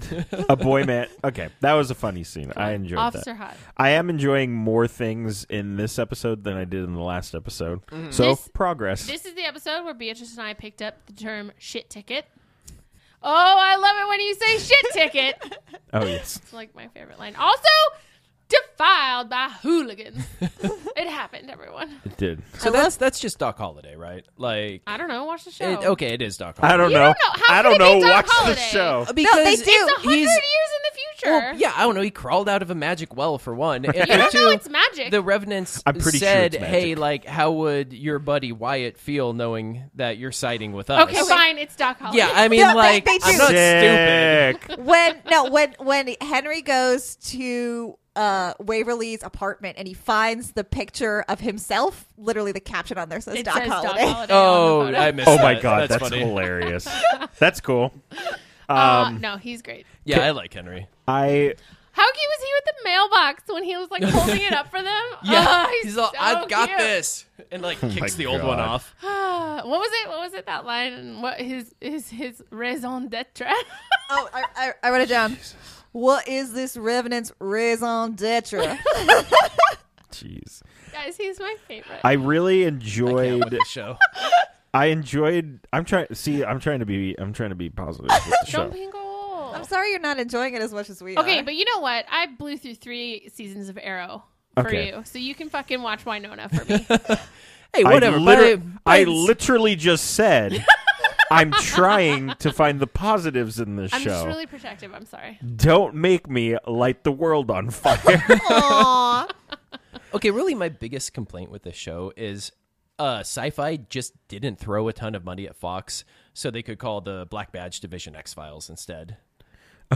Speaker 3: a boy man okay that was a funny scene I enjoyed
Speaker 2: Officer
Speaker 3: that
Speaker 2: Hot.
Speaker 3: I am enjoying more things in this episode than I did in the last episode so
Speaker 2: Mm-hmm. This-
Speaker 3: progress
Speaker 2: This is the episode where Beatrice and I picked up the term shit ticket. Oh, I love it when you say
Speaker 4: <laughs>
Speaker 2: shit ticket.
Speaker 3: oh yes
Speaker 2: It's like my favorite line. Also, defiled by
Speaker 4: <laughs>
Speaker 2: hooligans. it happened, everyone. <laughs>
Speaker 3: it did
Speaker 1: So that's that's just Doc Holiday, right? Like,
Speaker 2: I don't know. Watch the show.
Speaker 1: it, okay, it is Doc. Holiday.
Speaker 3: I don't
Speaker 2: You
Speaker 3: know
Speaker 2: don't know. How
Speaker 3: I
Speaker 2: could
Speaker 3: don't
Speaker 2: it be
Speaker 3: know
Speaker 2: Doc
Speaker 3: watch the
Speaker 2: Holiday?
Speaker 3: show
Speaker 1: Because
Speaker 4: No, they do.
Speaker 2: It's a hundred
Speaker 1: he's-
Speaker 2: years in the future.
Speaker 1: Well, yeah, I don't know. He crawled out of a magic well for
Speaker 3: <laughs>
Speaker 1: one, and
Speaker 2: You don't
Speaker 1: two,
Speaker 2: know it's magic.
Speaker 1: the revenants
Speaker 3: I'm pretty sure
Speaker 1: said,
Speaker 3: it's magic.
Speaker 1: "Hey, like, how would your buddy Wyatt feel knowing that you're siding with us?"
Speaker 2: okay, fine. It's Doc Holiday.
Speaker 1: Yeah, I mean,
Speaker 4: No, they-
Speaker 1: like,
Speaker 4: they
Speaker 1: I'm
Speaker 4: do.
Speaker 1: not stupid.
Speaker 3: Sick.
Speaker 4: when no when when Henry goes to uh Waverly's apartment and he finds the picture of himself, literally the caption on there says
Speaker 2: It
Speaker 4: Doc
Speaker 2: says Doc
Speaker 4: Holiday.
Speaker 2: Holiday.
Speaker 1: Oh,
Speaker 2: on the photo.
Speaker 1: I missed.
Speaker 3: oh my
Speaker 1: that.
Speaker 3: god that's,
Speaker 1: funny.
Speaker 3: hilarious that's cool
Speaker 2: Uh,
Speaker 3: um,
Speaker 2: no, he's great.
Speaker 1: Yeah, I like Henry.
Speaker 3: I
Speaker 2: How cute was he with the mailbox when he was like holding it up for them?
Speaker 1: <laughs> Yeah,
Speaker 2: Oh,
Speaker 1: he's, all,
Speaker 2: so
Speaker 1: "I've got
Speaker 2: cute.
Speaker 1: this," and like kicks the old one
Speaker 3: Oh God.
Speaker 1: off.
Speaker 2: Ah, what was it? What was it? That line? And What his is his raison d'être?
Speaker 4: <laughs> Oh, I, I, I wrote it down. What is this revenant's raison
Speaker 2: <laughs>
Speaker 4: d'être?
Speaker 3: jeez
Speaker 2: <laughs> Guys, he's my favorite.
Speaker 3: I really
Speaker 1: Yeah,
Speaker 3: enjoyed
Speaker 1: with the show.
Speaker 3: I enjoyed. I'm trying. See, I'm trying to be. I'm trying to be positive with the
Speaker 2: Don't
Speaker 3: show.
Speaker 2: pingle.
Speaker 4: I'm sorry you're not enjoying it as much as we
Speaker 2: Okay,
Speaker 4: are.
Speaker 2: but you know what? I blew through three seasons of Arrow for
Speaker 3: Okay.
Speaker 2: you, so you can fucking watch Winona for
Speaker 3: <laughs>
Speaker 2: me.
Speaker 1: Hey, whatever.
Speaker 3: I,
Speaker 1: but
Speaker 3: liter-
Speaker 1: it-
Speaker 3: I
Speaker 1: but-
Speaker 3: literally just
Speaker 1: <laughs>
Speaker 3: said. I'm trying to find the positives in this
Speaker 2: I'm
Speaker 3: show.
Speaker 2: just really protective. I'm sorry.
Speaker 3: Don't make me light the world
Speaker 1: <laughs>
Speaker 3: on fire.
Speaker 4: <laughs> Aw.
Speaker 1: Okay, really, my biggest complaint with this show is uh, sci fi just didn't throw a ton of money at Fox, so they could call the Black Badge Division X Files instead.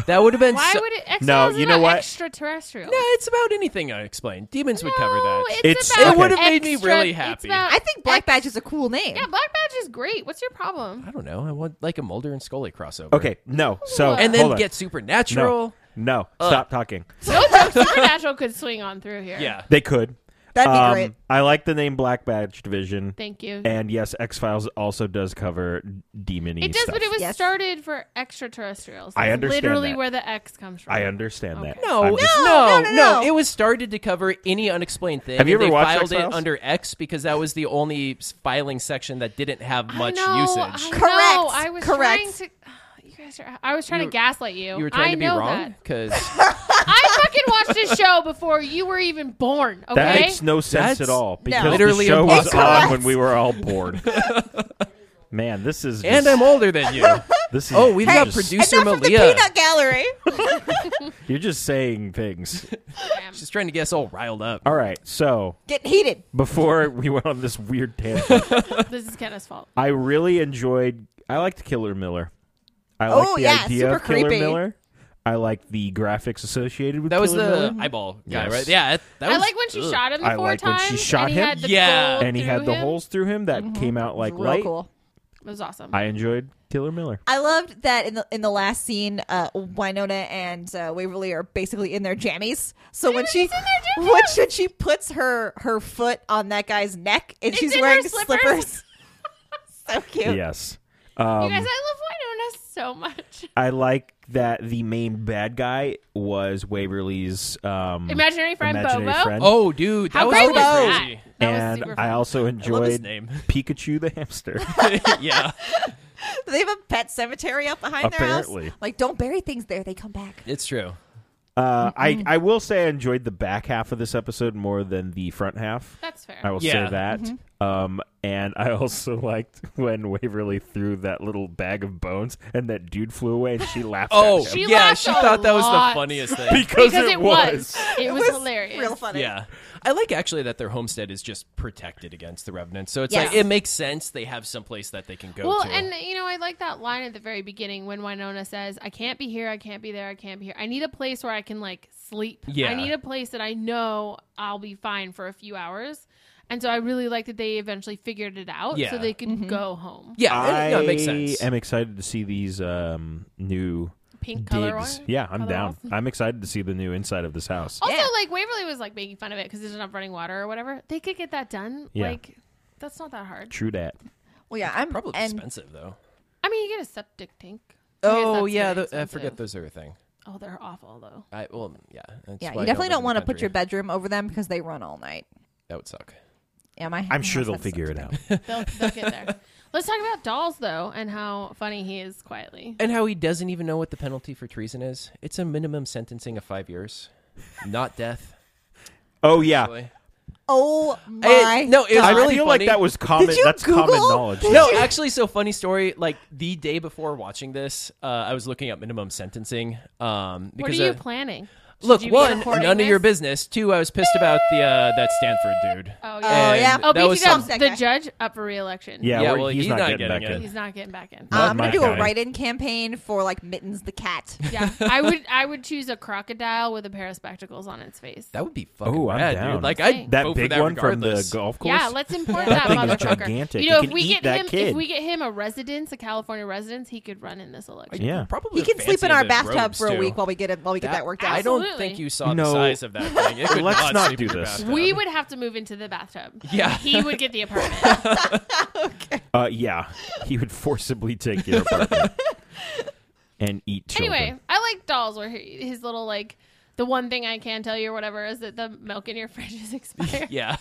Speaker 1: That would have <laughs> been.
Speaker 2: <laughs> Why
Speaker 1: so-
Speaker 2: would it? X
Speaker 3: No,
Speaker 2: Files is
Speaker 3: you know
Speaker 2: about
Speaker 3: what?
Speaker 2: Extraterrestrial.
Speaker 1: Yeah, it's about anything I explained. Demons would cover
Speaker 2: No,
Speaker 1: that.
Speaker 2: It's,
Speaker 3: It's-
Speaker 2: about
Speaker 3: It would've
Speaker 1: made me
Speaker 2: extra-
Speaker 1: really
Speaker 2: it's
Speaker 1: happy.
Speaker 2: about
Speaker 4: I think Black Badge is a cool name.
Speaker 2: Yeah, Black Badge is great. What's your problem?
Speaker 1: <laughs> I don't know. I want like a Mulder and Scully crossover.
Speaker 3: okay, no. So
Speaker 1: and
Speaker 3: hold
Speaker 1: then
Speaker 3: on.
Speaker 1: get
Speaker 3: no,
Speaker 1: supernatural.
Speaker 3: no. Stop talking.
Speaker 2: No joke, Supernatural could swing on through here.
Speaker 1: Yeah,
Speaker 3: They could.
Speaker 4: That'd be
Speaker 3: Um,
Speaker 4: great.
Speaker 3: I like the name Black Badge Division,
Speaker 2: Thank you.
Speaker 3: and yes, X Files also does cover demon.
Speaker 2: it does,
Speaker 3: stuff.
Speaker 2: but it was
Speaker 4: Yes.
Speaker 2: started for extraterrestrials.
Speaker 3: I
Speaker 2: That's
Speaker 3: understand
Speaker 2: Literally
Speaker 3: that.
Speaker 2: where the X comes from.
Speaker 3: I understand that.
Speaker 1: no,
Speaker 3: I'm just-
Speaker 1: no,
Speaker 4: No,
Speaker 1: no,
Speaker 4: no, no, no.
Speaker 1: It was started to cover any unexplained thing.
Speaker 3: Have you
Speaker 1: and
Speaker 3: ever
Speaker 1: they
Speaker 3: watched
Speaker 1: filed
Speaker 3: X-Files?
Speaker 1: it under X because that was the only s- filing section that didn't have much
Speaker 2: I know,
Speaker 1: usage.
Speaker 2: I
Speaker 4: Correct,
Speaker 2: know. I was
Speaker 4: correct.
Speaker 2: trying to. <sighs> You guys are. I was trying
Speaker 1: You-
Speaker 2: to gaslight you.
Speaker 1: You were trying
Speaker 2: I
Speaker 1: to be
Speaker 2: know
Speaker 1: wrong
Speaker 2: That.
Speaker 1: because
Speaker 2: I fucking watched this show before you were even born. Okay.
Speaker 3: That makes no sense
Speaker 1: That's
Speaker 3: at all because
Speaker 1: literally
Speaker 3: the show was
Speaker 4: impossible.
Speaker 3: on when we were all bored. <laughs> Man, this is
Speaker 1: and
Speaker 3: just-
Speaker 1: I'm older than
Speaker 2: <laughs>
Speaker 1: you.
Speaker 3: this is
Speaker 1: Oh, we've
Speaker 3: you're
Speaker 1: got
Speaker 3: just-
Speaker 1: producer
Speaker 4: Enough of the
Speaker 1: Malia.
Speaker 4: peanut gallery.
Speaker 3: You're just saying things.
Speaker 1: She's trying to get us all riled up.
Speaker 3: All right, so
Speaker 4: Getting heated.
Speaker 3: before <laughs> we went on this weird tangent,
Speaker 2: this is Kenneth's fault.
Speaker 3: I really enjoyed. I liked Killer Miller. I liked
Speaker 4: Oh,
Speaker 3: the
Speaker 4: yeah,
Speaker 3: idea
Speaker 4: super
Speaker 3: of Killer
Speaker 4: creepy.
Speaker 3: Miller. I liked the graphics associated with
Speaker 1: That was
Speaker 3: Killer
Speaker 1: the
Speaker 3: Miller.
Speaker 1: eyeball guy,
Speaker 3: Yes.
Speaker 1: right? Yeah, that, that
Speaker 2: I
Speaker 1: was.
Speaker 2: like when she
Speaker 1: ugh.
Speaker 2: shot him the
Speaker 3: I
Speaker 2: four
Speaker 3: like when
Speaker 2: times.
Speaker 3: she shot
Speaker 2: and he
Speaker 3: him.
Speaker 2: Had the
Speaker 1: Yeah.
Speaker 2: gold
Speaker 3: and he
Speaker 2: through
Speaker 3: had the
Speaker 2: him.
Speaker 3: holes through him that came out like
Speaker 4: Real
Speaker 3: light.
Speaker 4: cool.
Speaker 2: It was awesome.
Speaker 3: I enjoyed Killer Miller.
Speaker 4: I loved that in the in the last scene, uh, Winona and uh, Waverly are basically in their jammies. So when she
Speaker 2: in their jammies!
Speaker 4: when should she puts her her foot on that guy's neck and
Speaker 2: It's
Speaker 4: she's
Speaker 2: in her
Speaker 4: wearing
Speaker 2: <laughs> slippers.
Speaker 4: slippers. so <laughs> so cute.
Speaker 3: Yes.
Speaker 2: you guys,
Speaker 3: Um,
Speaker 2: I love Winona so much. <laughs>
Speaker 3: I like that the main bad guy was Waverly's um,
Speaker 2: Imaginary friend
Speaker 3: imaginary
Speaker 2: Bobo.
Speaker 3: friend.
Speaker 1: Oh, dude, that
Speaker 2: How
Speaker 1: was
Speaker 2: great
Speaker 1: pretty
Speaker 2: was that?
Speaker 1: crazy.
Speaker 2: That was
Speaker 3: and
Speaker 2: super
Speaker 3: I
Speaker 2: fun.
Speaker 3: also
Speaker 1: I love his
Speaker 3: enjoyed
Speaker 1: name.
Speaker 3: Pikachu the hamster.
Speaker 1: <laughs> yeah,
Speaker 4: Do they have a pet cemetery up behind their
Speaker 3: Apparently.
Speaker 4: house? Like, don't bury things there. They come back.
Speaker 1: it's true.
Speaker 3: Uh, I I will say I enjoyed the back half of this episode more than the front half.
Speaker 2: That's fair.
Speaker 3: I
Speaker 1: <laughs>
Speaker 3: will
Speaker 1: Yeah.
Speaker 3: say that. Um, and I also <laughs> liked when Waverly threw that little bag of bones and that dude flew away and she laughed.
Speaker 1: Oh,
Speaker 3: at him
Speaker 2: She
Speaker 1: yeah,
Speaker 2: laughed
Speaker 1: she
Speaker 2: a
Speaker 1: thought that was the
Speaker 2: lot.
Speaker 1: funniest thing.
Speaker 3: <laughs> because,
Speaker 2: because it was. It was
Speaker 4: It's
Speaker 2: hilarious.
Speaker 4: Real
Speaker 1: <laughs>
Speaker 4: funny.
Speaker 1: Yeah, I like actually that their homestead is just protected against the revenants, so it's
Speaker 4: Yeah.
Speaker 1: like it makes sense they have some place that they can go
Speaker 2: Well,
Speaker 1: to.
Speaker 2: and you know, I like that line at the very beginning when Winona says, "I can't be here, I can't be there, I can't be here. I need a place where I can like sleep.
Speaker 1: Yeah.
Speaker 2: I need a place that I know I'll be fine for a few hours." And so I really like that they eventually figured it out
Speaker 1: Yeah.
Speaker 2: so they could go home.
Speaker 1: yeah,
Speaker 3: I
Speaker 1: it- no, it makes sense.
Speaker 3: am excited to see these um, new
Speaker 2: Pink color
Speaker 3: digs.
Speaker 2: one.
Speaker 3: Yeah, I'm
Speaker 2: color Oh.
Speaker 3: down.
Speaker 2: off.
Speaker 3: I'm excited to see the new inside of this house.
Speaker 2: Also,
Speaker 4: Yeah.
Speaker 2: like Waverly was like making fun of it because there's enough running water or whatever. They could get that done.
Speaker 3: Yeah.
Speaker 2: Like that's not that hard.
Speaker 3: True that.
Speaker 4: Well, yeah, I'm
Speaker 1: Probably
Speaker 4: and
Speaker 1: expensive though.
Speaker 2: I mean, you get a septic tank. I guess
Speaker 1: Oh
Speaker 2: that's
Speaker 1: yeah,
Speaker 2: very
Speaker 1: the, I forget
Speaker 2: expensive.
Speaker 1: those are a thing.
Speaker 2: Oh, they're awful though.
Speaker 1: I well yeah. that's
Speaker 4: yeah,
Speaker 1: why
Speaker 4: you definitely
Speaker 1: live in
Speaker 4: don't
Speaker 1: the
Speaker 4: want to put
Speaker 1: country.
Speaker 4: your bedroom over them because they run all night.
Speaker 1: That would suck.
Speaker 4: Yeah, my.
Speaker 3: I'm sure they'll figure it out.
Speaker 2: They'll, they'll
Speaker 1: <laughs>
Speaker 2: get there. Let's talk about dolls though, and how funny he is quietly.
Speaker 1: And how he doesn't even know what the penalty for treason is. It's a minimum sentencing of five years, not death.
Speaker 3: Oh yeah.
Speaker 1: Really.
Speaker 4: Oh my!
Speaker 1: It- no, it was
Speaker 4: God.
Speaker 3: I
Speaker 1: really
Speaker 3: feel
Speaker 1: funny.
Speaker 3: like that was common.
Speaker 4: Did you
Speaker 3: that's common
Speaker 4: Google?
Speaker 3: knowledge.
Speaker 4: Did
Speaker 1: No, actually, so funny story. Like the day before watching this, uh, I was looking at minimum sentencing. Um,
Speaker 2: What are
Speaker 1: because
Speaker 2: you
Speaker 1: uh,
Speaker 2: planning?
Speaker 1: look,
Speaker 2: Should you be
Speaker 1: one,
Speaker 2: recording
Speaker 1: none of your
Speaker 2: this?
Speaker 1: business. Two, I was pissed about the uh, that Stanford dude.
Speaker 2: Oh
Speaker 4: Oh,
Speaker 2: yeah.
Speaker 1: And
Speaker 4: yeah.
Speaker 2: Oh,
Speaker 1: that was
Speaker 2: BT Dubs,
Speaker 1: some,
Speaker 4: some-
Speaker 2: the judge up for reelection.
Speaker 3: Yeah,
Speaker 1: Yeah,
Speaker 3: we're-
Speaker 1: well,
Speaker 3: he's,
Speaker 1: he's
Speaker 3: not,
Speaker 1: not
Speaker 3: getting,
Speaker 1: getting
Speaker 3: back
Speaker 1: it.
Speaker 3: in.
Speaker 2: He's not getting back
Speaker 1: <laughs>
Speaker 2: in.
Speaker 4: Uh,
Speaker 3: Not
Speaker 4: I'm gonna
Speaker 3: my
Speaker 4: do
Speaker 3: guy.
Speaker 4: a write-in campaign for like Mittens the cat.
Speaker 2: yeah, I would. I would choose a crocodile with a pair of spectacles on its face.
Speaker 1: that would be fucking
Speaker 3: Oh, I'm
Speaker 1: rad,
Speaker 3: down.
Speaker 1: dude. Like I
Speaker 2: Dang.
Speaker 3: that
Speaker 1: vote
Speaker 3: big
Speaker 1: for that
Speaker 3: one from the
Speaker 1: regardless.
Speaker 3: golf course.
Speaker 2: Yeah,
Speaker 3: <laughs>
Speaker 2: let's import
Speaker 3: That
Speaker 2: that,
Speaker 3: thing is
Speaker 2: motherfucker.
Speaker 3: gigantic.
Speaker 2: You
Speaker 3: You
Speaker 2: know,
Speaker 3: can
Speaker 2: if we
Speaker 3: eat
Speaker 2: get
Speaker 3: that
Speaker 2: him,
Speaker 3: kid.
Speaker 2: if we get him a residence, a California residence, he could run in this election.
Speaker 3: Yeah.
Speaker 1: Probably
Speaker 4: He can
Speaker 1: would
Speaker 4: sleep in
Speaker 1: fancy
Speaker 4: our
Speaker 1: the
Speaker 4: bathtub
Speaker 1: robes,
Speaker 4: for a
Speaker 1: too.
Speaker 4: week while we get it while we get that worked out.
Speaker 1: I don't
Speaker 2: Absolutely.
Speaker 1: think you saw
Speaker 3: No.
Speaker 1: the size of that
Speaker 3: <laughs>
Speaker 1: thing. It could
Speaker 3: Let's not
Speaker 1: sleep
Speaker 3: do
Speaker 1: in your
Speaker 3: this.
Speaker 1: bathtub.
Speaker 2: We would have to move into the bathtub.
Speaker 1: Yeah.
Speaker 2: he would
Speaker 3: <laughs>
Speaker 2: get the apartment.
Speaker 3: Uh, yeah, <laughs> he would forcibly take your apartment and eat children.
Speaker 2: anyway, I like dolls where he, his little like the one thing I can tell you or whatever is that the milk in your <laughs> fridge is expired.
Speaker 1: Yeah.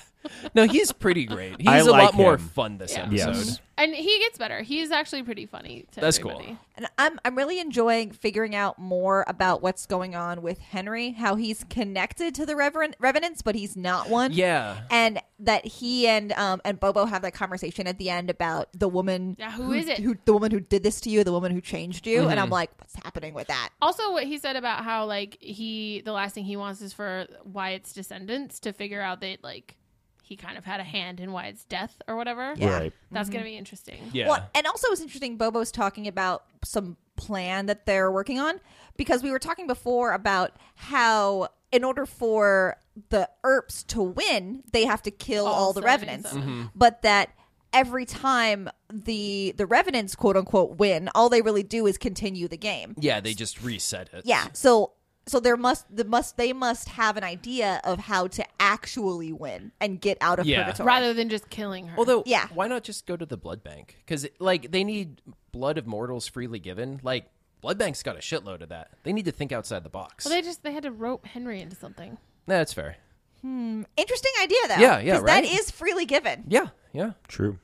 Speaker 1: No, he's pretty great. He's
Speaker 3: I
Speaker 1: a
Speaker 3: like
Speaker 1: lot more
Speaker 3: him.
Speaker 1: fun this
Speaker 2: Yeah.
Speaker 1: episode.
Speaker 3: Yes.
Speaker 2: And he gets better. He's actually pretty funny. To
Speaker 1: That's
Speaker 2: everybody.
Speaker 1: cool.
Speaker 4: And I'm I'm really enjoying figuring out more about what's going on with Henry, how he's connected to the Reverend Revenants, but he's not one.
Speaker 1: Yeah.
Speaker 4: And that he and um and Bobo have that conversation at the end about the woman
Speaker 2: Yeah, who is it?
Speaker 4: Who the woman who did this to you, the woman who changed you.
Speaker 1: Mm-hmm.
Speaker 4: And I'm like, what's happening with that?
Speaker 2: Also, what he said about how like he the last thing he wants is for Wyatt's descendants to figure out that like he kind of had a hand in Wyatt's death or whatever.
Speaker 4: Yeah.
Speaker 3: Right.
Speaker 2: That's gonna be interesting.
Speaker 1: Yeah.
Speaker 4: Well, and also it's interesting. Bobo's talking about some plan that they're working on because we were talking before about how, in order for the Erps to win, they have to kill all,
Speaker 2: All
Speaker 4: the
Speaker 2: seven,
Speaker 4: revenants,
Speaker 2: seven.
Speaker 1: Mm-hmm.
Speaker 4: but that every time the the revenants quote unquote win, all they really do is continue the game.
Speaker 1: yeah, they just reset it.
Speaker 4: Yeah. So so there must the must they must have an idea of how to actually win and get out of
Speaker 1: Yeah.
Speaker 4: purgatory.
Speaker 2: Rather than just killing her.
Speaker 1: Although,
Speaker 4: Yeah.
Speaker 1: why not just go to the blood bank? Because like they need blood of mortals freely given. Like blood bank's got a shitload of that. They need to think outside the box.
Speaker 2: well, they just they had to rope Henry into something.
Speaker 1: That's fair.
Speaker 4: interesting idea though.
Speaker 1: Yeah, yeah,
Speaker 4: 'cause
Speaker 1: right?
Speaker 4: That is freely given.
Speaker 1: Yeah, yeah,
Speaker 3: True.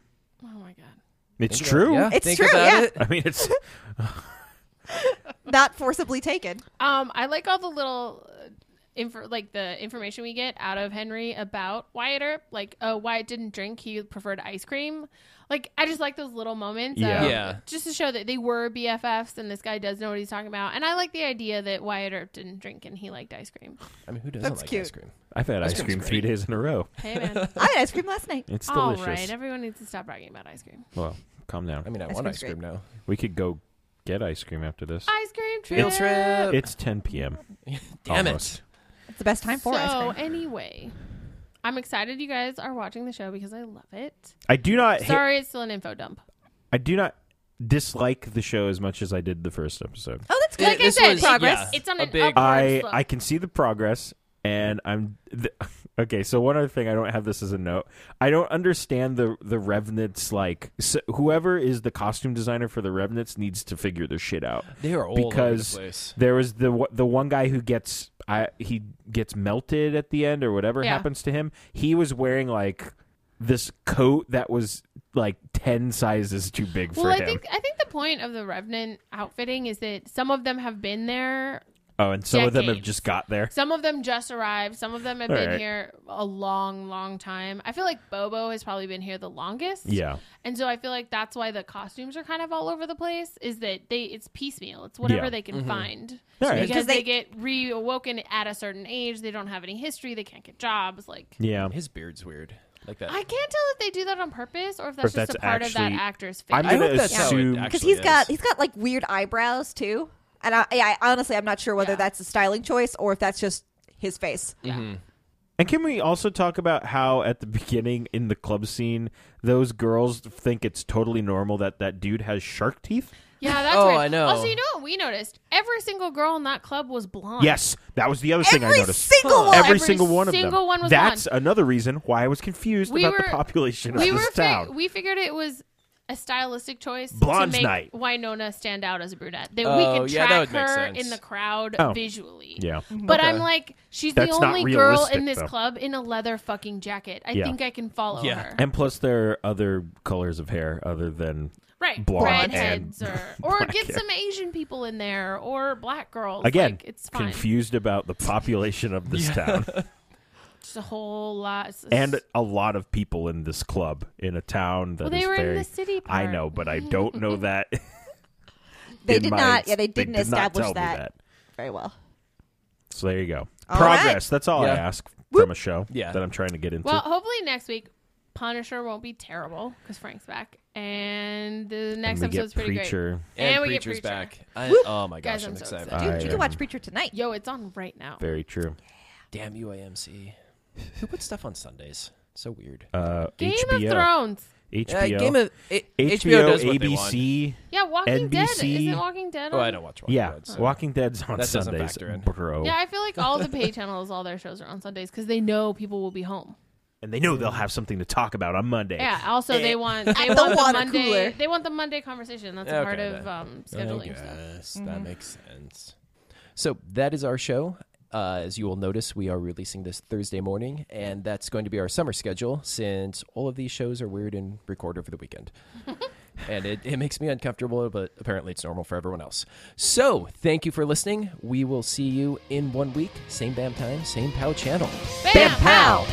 Speaker 2: Oh my god.
Speaker 3: It's true.
Speaker 1: Yeah,
Speaker 4: It's
Speaker 1: think
Speaker 4: true,
Speaker 1: about
Speaker 4: yeah.
Speaker 1: it.
Speaker 3: I mean, it's
Speaker 4: Not forcibly taken.
Speaker 2: Um, I like all the little. uh, Info, like the information we get out of Henry about Wyatt Earp, like oh Wyatt didn't drink, he preferred ice cream. Like I just like those little moments,
Speaker 3: Yeah.
Speaker 2: of-
Speaker 1: Yeah.
Speaker 2: just to show that they were BFFs and this guy does know what he's talking about. And I like the idea that Wyatt Earp didn't drink and he liked ice cream.
Speaker 1: I mean, who doesn't
Speaker 4: That's
Speaker 1: like
Speaker 4: cute.
Speaker 1: ice cream?
Speaker 3: I've had ice
Speaker 1: cream's
Speaker 3: cream three
Speaker 1: great.
Speaker 3: days in a row.
Speaker 2: Hey
Speaker 4: <laughs>
Speaker 2: man,
Speaker 4: I had ice cream last night.
Speaker 3: It's
Speaker 2: all
Speaker 3: delicious.
Speaker 2: right, everyone needs to stop bragging about ice cream.
Speaker 3: Well, calm down.
Speaker 1: I mean, I
Speaker 4: Ice
Speaker 1: want
Speaker 4: cream's
Speaker 1: ice cream now.
Speaker 3: we could go get ice cream after this.
Speaker 2: Ice cream trip.
Speaker 1: Field trip.
Speaker 3: It's 10 p.m.
Speaker 1: Uh, <laughs> Damn
Speaker 3: almost.
Speaker 1: it.
Speaker 4: It's the best time for
Speaker 2: so
Speaker 4: ice cream.
Speaker 2: anyway, I'm excited you guys are watching the show because I love it.
Speaker 3: I do not. ha-
Speaker 2: Sorry, it's still an info dump.
Speaker 3: I do not dislike the show as much as I did the first episode.
Speaker 4: Oh, that's good.
Speaker 2: Like I
Speaker 1: This
Speaker 2: said,
Speaker 1: was-
Speaker 2: progress.
Speaker 1: yeah,
Speaker 2: it's on
Speaker 1: a
Speaker 2: an
Speaker 1: big-
Speaker 2: upward
Speaker 3: I
Speaker 2: slope.
Speaker 3: I can see the progress, and I'm. The, <laughs> Okay, so one other thing, I don't have this as a note. I don't understand the the Revenants. Like, s whoever is the costume designer for the Revenants needs to figure their shit out.
Speaker 1: They are all over the
Speaker 3: because
Speaker 1: place.
Speaker 3: there was the wa- the one guy who gets I he gets melted at the end or whatever
Speaker 2: Yeah.
Speaker 3: happens to him. He was wearing like this coat that was like ten sizes too big for
Speaker 2: Well, I
Speaker 3: him.
Speaker 2: think I think the point of the Revenant outfitting is that some of them have been there,
Speaker 3: oh, and some of them have
Speaker 2: decades.
Speaker 3: just got there.
Speaker 2: some of them just arrived, some of them have
Speaker 3: All
Speaker 2: been
Speaker 3: right.
Speaker 2: here a long, long time. I feel like Bobo has probably been here the longest.
Speaker 3: Yeah,
Speaker 2: And so I feel like that's why the costumes are kind of all over the place is that they it's piecemeal. It's whatever
Speaker 3: Yeah.
Speaker 2: they can find.
Speaker 3: All right.
Speaker 2: Because
Speaker 4: Because
Speaker 2: they,
Speaker 4: they-
Speaker 2: get reawoken at a certain age, they don't have any history, they can't get jobs like
Speaker 3: yeah.
Speaker 1: His beard's weird. Like that.
Speaker 2: I can't tell if they do that on purpose or if that's
Speaker 3: if
Speaker 2: just a
Speaker 3: that's
Speaker 2: part of
Speaker 3: actually-
Speaker 2: that actor's face.
Speaker 3: I'm
Speaker 1: I
Speaker 3: gonna
Speaker 1: hope that's how it
Speaker 3: assume
Speaker 1: actually
Speaker 4: because he's got
Speaker 1: is.
Speaker 4: he's got like weird eyebrows too, and I, yeah, I honestly I'm not sure whether
Speaker 2: Yeah.
Speaker 4: that's a styling choice or if that's just his face.
Speaker 3: Mm. And can we also talk about how at the <laughs> beginning in the club scene, those girls think it's totally normal that that dude has shark teeth?
Speaker 2: Yeah, that's
Speaker 1: Oh,
Speaker 2: weird.
Speaker 1: I know.
Speaker 2: Also, you know what we noticed? Every single girl in that club was blonde.
Speaker 3: Yes, that was the other thing I
Speaker 4: Every
Speaker 3: noticed.
Speaker 4: single one.
Speaker 3: every,
Speaker 2: Every
Speaker 3: single one of them.
Speaker 2: single one was
Speaker 3: That's another reason why I was confused
Speaker 2: We
Speaker 3: about
Speaker 2: were-
Speaker 3: the population
Speaker 2: we
Speaker 3: of
Speaker 2: were
Speaker 3: this
Speaker 2: fi-
Speaker 3: town.
Speaker 2: we figured it was a stylistic choice
Speaker 3: Blonde's
Speaker 2: to make
Speaker 3: night.
Speaker 2: Winona stand out as a brunette. That
Speaker 1: Oh,
Speaker 2: we could
Speaker 1: yeah, that
Speaker 2: track
Speaker 1: would make
Speaker 2: her
Speaker 1: sense.
Speaker 2: in the crowd
Speaker 3: Oh.
Speaker 2: visually.
Speaker 3: yeah.
Speaker 2: But I'm
Speaker 1: Okay.
Speaker 2: like, she's
Speaker 3: That's
Speaker 2: the
Speaker 3: not
Speaker 2: only girl
Speaker 3: realistic,
Speaker 2: in this
Speaker 3: though.
Speaker 2: club in a leather fucking jacket. I
Speaker 3: Yeah.
Speaker 2: think I can follow
Speaker 1: Yeah.
Speaker 2: her.
Speaker 3: And plus, there are other colors of hair other than.
Speaker 2: Right.
Speaker 3: blonde
Speaker 2: Redheads
Speaker 3: and <laughs>
Speaker 2: or or
Speaker 3: black
Speaker 2: get
Speaker 3: hair.
Speaker 2: some Asian people in there or black girls.
Speaker 3: Again,
Speaker 2: like, it's fine.
Speaker 3: confused about the population of this town
Speaker 2: Just a whole lot. It's-
Speaker 3: and a lot of people in this club in a town that
Speaker 2: Well, they
Speaker 3: is
Speaker 2: were in
Speaker 3: very.
Speaker 2: the city
Speaker 3: I
Speaker 2: part. <laughs>
Speaker 3: know, but I don't know that.
Speaker 4: They
Speaker 3: in
Speaker 4: did
Speaker 3: my-
Speaker 4: not. Yeah, they didn't
Speaker 3: did not
Speaker 4: establish
Speaker 3: tell me
Speaker 4: that, very well.
Speaker 3: So there you go.
Speaker 4: All
Speaker 3: Progress. That's all
Speaker 1: Yeah.
Speaker 3: I ask from a show
Speaker 1: Yeah.
Speaker 3: that I'm trying to get into.
Speaker 2: well, hopefully next week, Punisher won't be terrible because Frank's back, and the next
Speaker 3: and we
Speaker 2: episode's
Speaker 3: get
Speaker 2: pretty great.
Speaker 3: Preacher.
Speaker 1: and,
Speaker 2: and we get
Speaker 1: Preacher's
Speaker 2: Preacher.
Speaker 1: back. I,
Speaker 4: Woo!
Speaker 1: oh my gosh,
Speaker 2: Guys,
Speaker 1: I'm,
Speaker 2: I'm so
Speaker 1: excited.
Speaker 2: excited.
Speaker 4: Dude,
Speaker 3: I
Speaker 4: you
Speaker 3: am-
Speaker 4: can watch Preacher tonight.
Speaker 2: Yo, it's on right now.
Speaker 3: Very true.
Speaker 1: Damn you, AMC. Who puts stuff on Sundays? So weird.
Speaker 3: Uh,
Speaker 2: Game
Speaker 3: HBO.
Speaker 2: of Thrones.
Speaker 1: Yeah,
Speaker 3: HBO.
Speaker 1: Game of A-
Speaker 3: HBO,
Speaker 1: HBO does what they want.
Speaker 3: ABC.
Speaker 2: Yeah, Walking Dead.
Speaker 3: NBC.
Speaker 2: Isn't Walking Dead?
Speaker 1: Oh,
Speaker 2: On?
Speaker 1: I don't watch. Walking
Speaker 3: Yeah.
Speaker 1: Dead, so-
Speaker 3: Walking Dead's
Speaker 1: That
Speaker 3: on
Speaker 1: doesn't
Speaker 3: Sundays.
Speaker 1: factor in.
Speaker 3: Bro.
Speaker 2: Yeah, I feel like all the pay channels, all their shows are on Sundays because they know people will be home.
Speaker 3: And they know they'll have something to talk about on Monday.
Speaker 2: Yeah. Also,
Speaker 1: Eh. <laughs>
Speaker 2: they want they
Speaker 4: the
Speaker 2: want the
Speaker 4: water
Speaker 2: Monday
Speaker 4: cooler.
Speaker 2: they want the Monday conversation. That's a
Speaker 1: Okay,
Speaker 2: part of
Speaker 1: that-
Speaker 2: um,
Speaker 3: Oh,
Speaker 1: I
Speaker 2: scheduling. stuff. Mm-hmm.
Speaker 1: guess that makes sense. So that is our show. Uh, as you will notice, we are releasing this Thursday morning, and that's going to be our summer schedule since all of these shows are weird and recorded over the
Speaker 2: <laughs>
Speaker 1: weekend. and it, it makes me uncomfortable, but apparently it's normal for everyone else. So thank you for listening. We will see you in one week. Same BAM time, same POW channel.
Speaker 2: Bam,
Speaker 4: pow.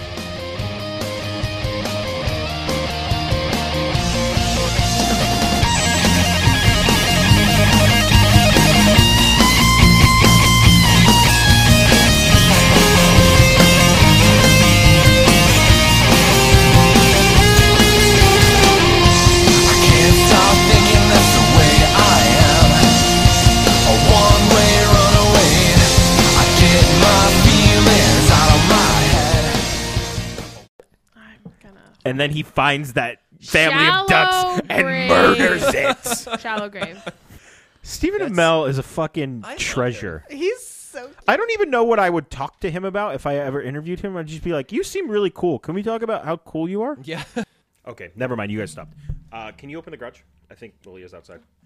Speaker 5: Can't stop thinking that's the way I am. A one-way runaway. I get my feelings out of my head.
Speaker 2: I'm gonna
Speaker 3: And then he finds that family
Speaker 2: Shallow
Speaker 3: of ducks and
Speaker 2: grave.
Speaker 3: murders
Speaker 2: <laughs>
Speaker 3: it.
Speaker 2: shallow grave.
Speaker 3: Stephen Amell is a fucking treasure.
Speaker 4: He's so.
Speaker 3: I don't even know what I would talk to him about if I ever interviewed him. I'd just be like, "You seem really cool. Can we talk about how cool you are?"
Speaker 1: <laughs> Yeah.
Speaker 3: Okay, never mind. You guys stopped. Uh, can you open the garage? I think Lily is outside.